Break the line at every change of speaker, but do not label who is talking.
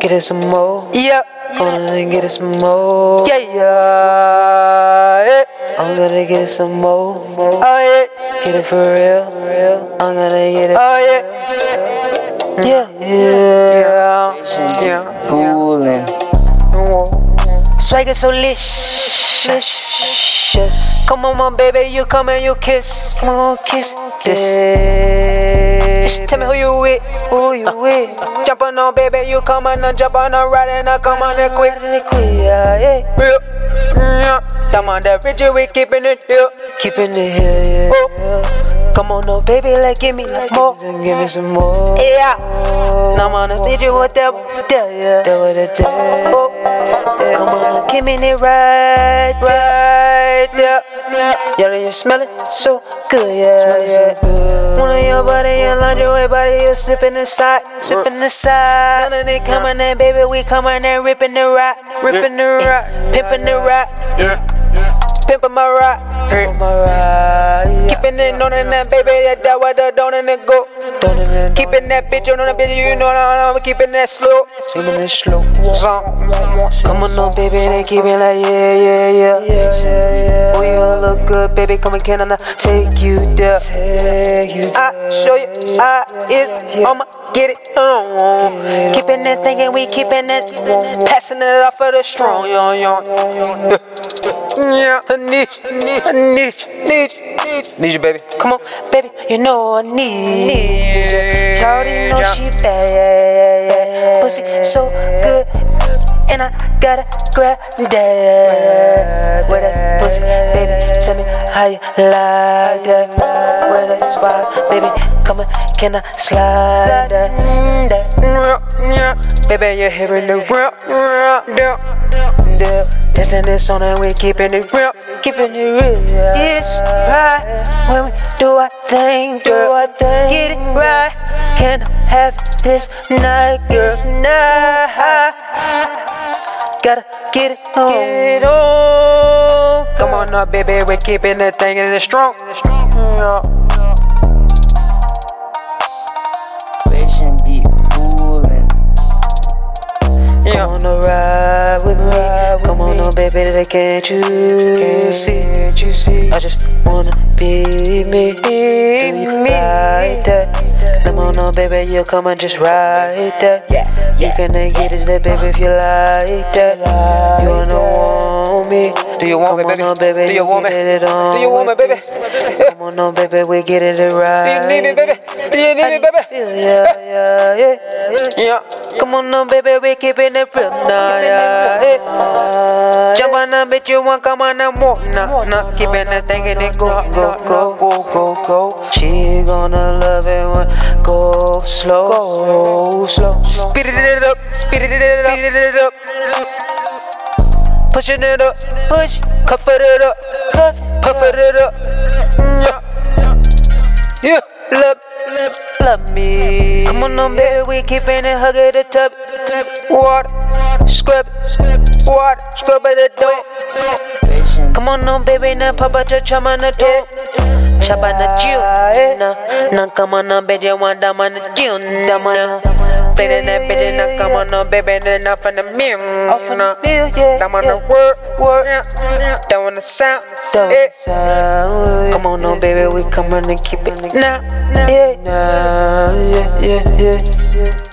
get us some more.
Yep.
Gonna get us some more.
Yeah, yeah. eh.
I'm gonna get us some more.
Oh, yeah.
Get it for real. I'm gonna get it.
Oh, yeah. Yeah. Yeah. Yeah.
Coolin'.
Swagger so lish. Lish. Come on, my baby, you come and you kiss.
Come on, kiss this.
This. Just tell me who you with.
Who you
Uh.
with?
Jump on, on, baby, you come on, and jump on, and ride, and I come on, and quick.
Yeah, yeah.
Yeah. Yeah. Come on, that rigid, we keeping it here.
Keeping it here, yeah.
Oh. Come on, no, baby, like, give me more.
Then give me some more.
Yeah. Now, man, I did you with that. Yeah.
That what I did.
Oh. Come on, give me it right, right, yeah. Yeah, you smell it so good, yeah, yeah. One of your body, your lingerie body, you sipping inside, sipping inside. None of they coming in, baby, we coming in, ripping the rock, ripping the rock, pimping the rock, pimping my rock. Keeping it on and that baby, that that what the don't and it go. Keeping that bitch on the bitch, you know that I'm keeping that slow.
Keeping it slow.
Come
Come
on,
on,
no
no,
baby, they keep it like yeah, yeah, yeah. Boy, you don't look good, baby. Come and can I not take you there?
Take you
I show you, I is I'ma get it on. Keeping that thinking, we keeping it, passing it off for the strong, yo, yo. Yeah, I need you, I need you, need you, need you, baby. Come on, baby, you know I need you. Already know she bad, pussy so good, and I gotta grab that. Where that pussy, baby, tell me how you like that. Where that spot, baby, come on, can I slide that? Mm, that, mm, yeah. Baby, you're hearing the real, real, yeah, yeah. This and this on and we keeping it real, keeping it real. It's right when we do our thing, do our thing. Get it right, can I have it this night, girl? Night. Gotta get it on. Get it on. Come on now, baby, we're keeping the thing in the strong. Mm-hmm.
Vision be coolin'.
Yeah.
Come on a ride with me. Come on, no, baby, that can't you see?
you see?
I just wanna be me. Be
me.
Right there. Come on, no, baby, you come and just ride that.
Yeah,
You can then get it, there, baby, if you like that. You wanna want me?
Do you want me,
Come
baby?
on, no, baby,
Do you want me?
get it on
Do you want me,
with
baby?
me.
Yeah.
Come on, no, baby, we get it
Do
right.
you need me, baby? Do you need me, baby?
Feel, yeah, yeah, yeah.
Yeah.
Come on now, baby, we keeping it real now, yeah. Hey. Jump on now, bitch, you want come on now, more now, now. Keeping that thing and it go, go, go, go, go, go. She gonna love it when go slow, go slow.
Speed it up, speed it up, speed it up. Pushing it up, push, cuff it up, cuff, puff it up. Mm, Yeah. Yeah, love, love, love me.
Come on now, baby, we keeping it huggy the tub.
Water, scrub, water, scrub at the door.
Vision
Come on now, baby, now pop out your chum on the toe. Chop on the jill, nah, nah. Come on now, baby, you want dumb on the jill, dumb on the.
Baby, that baby, now come on, now, baby, then off on the mirror.
Off on the bill, yeah.
Down on the
yeah.
work, work, down on the sound. eh.
Come on, oh, no, baby, we coming and keep it now.
Nah, yeah.
Now, yeah, yeah, yeah.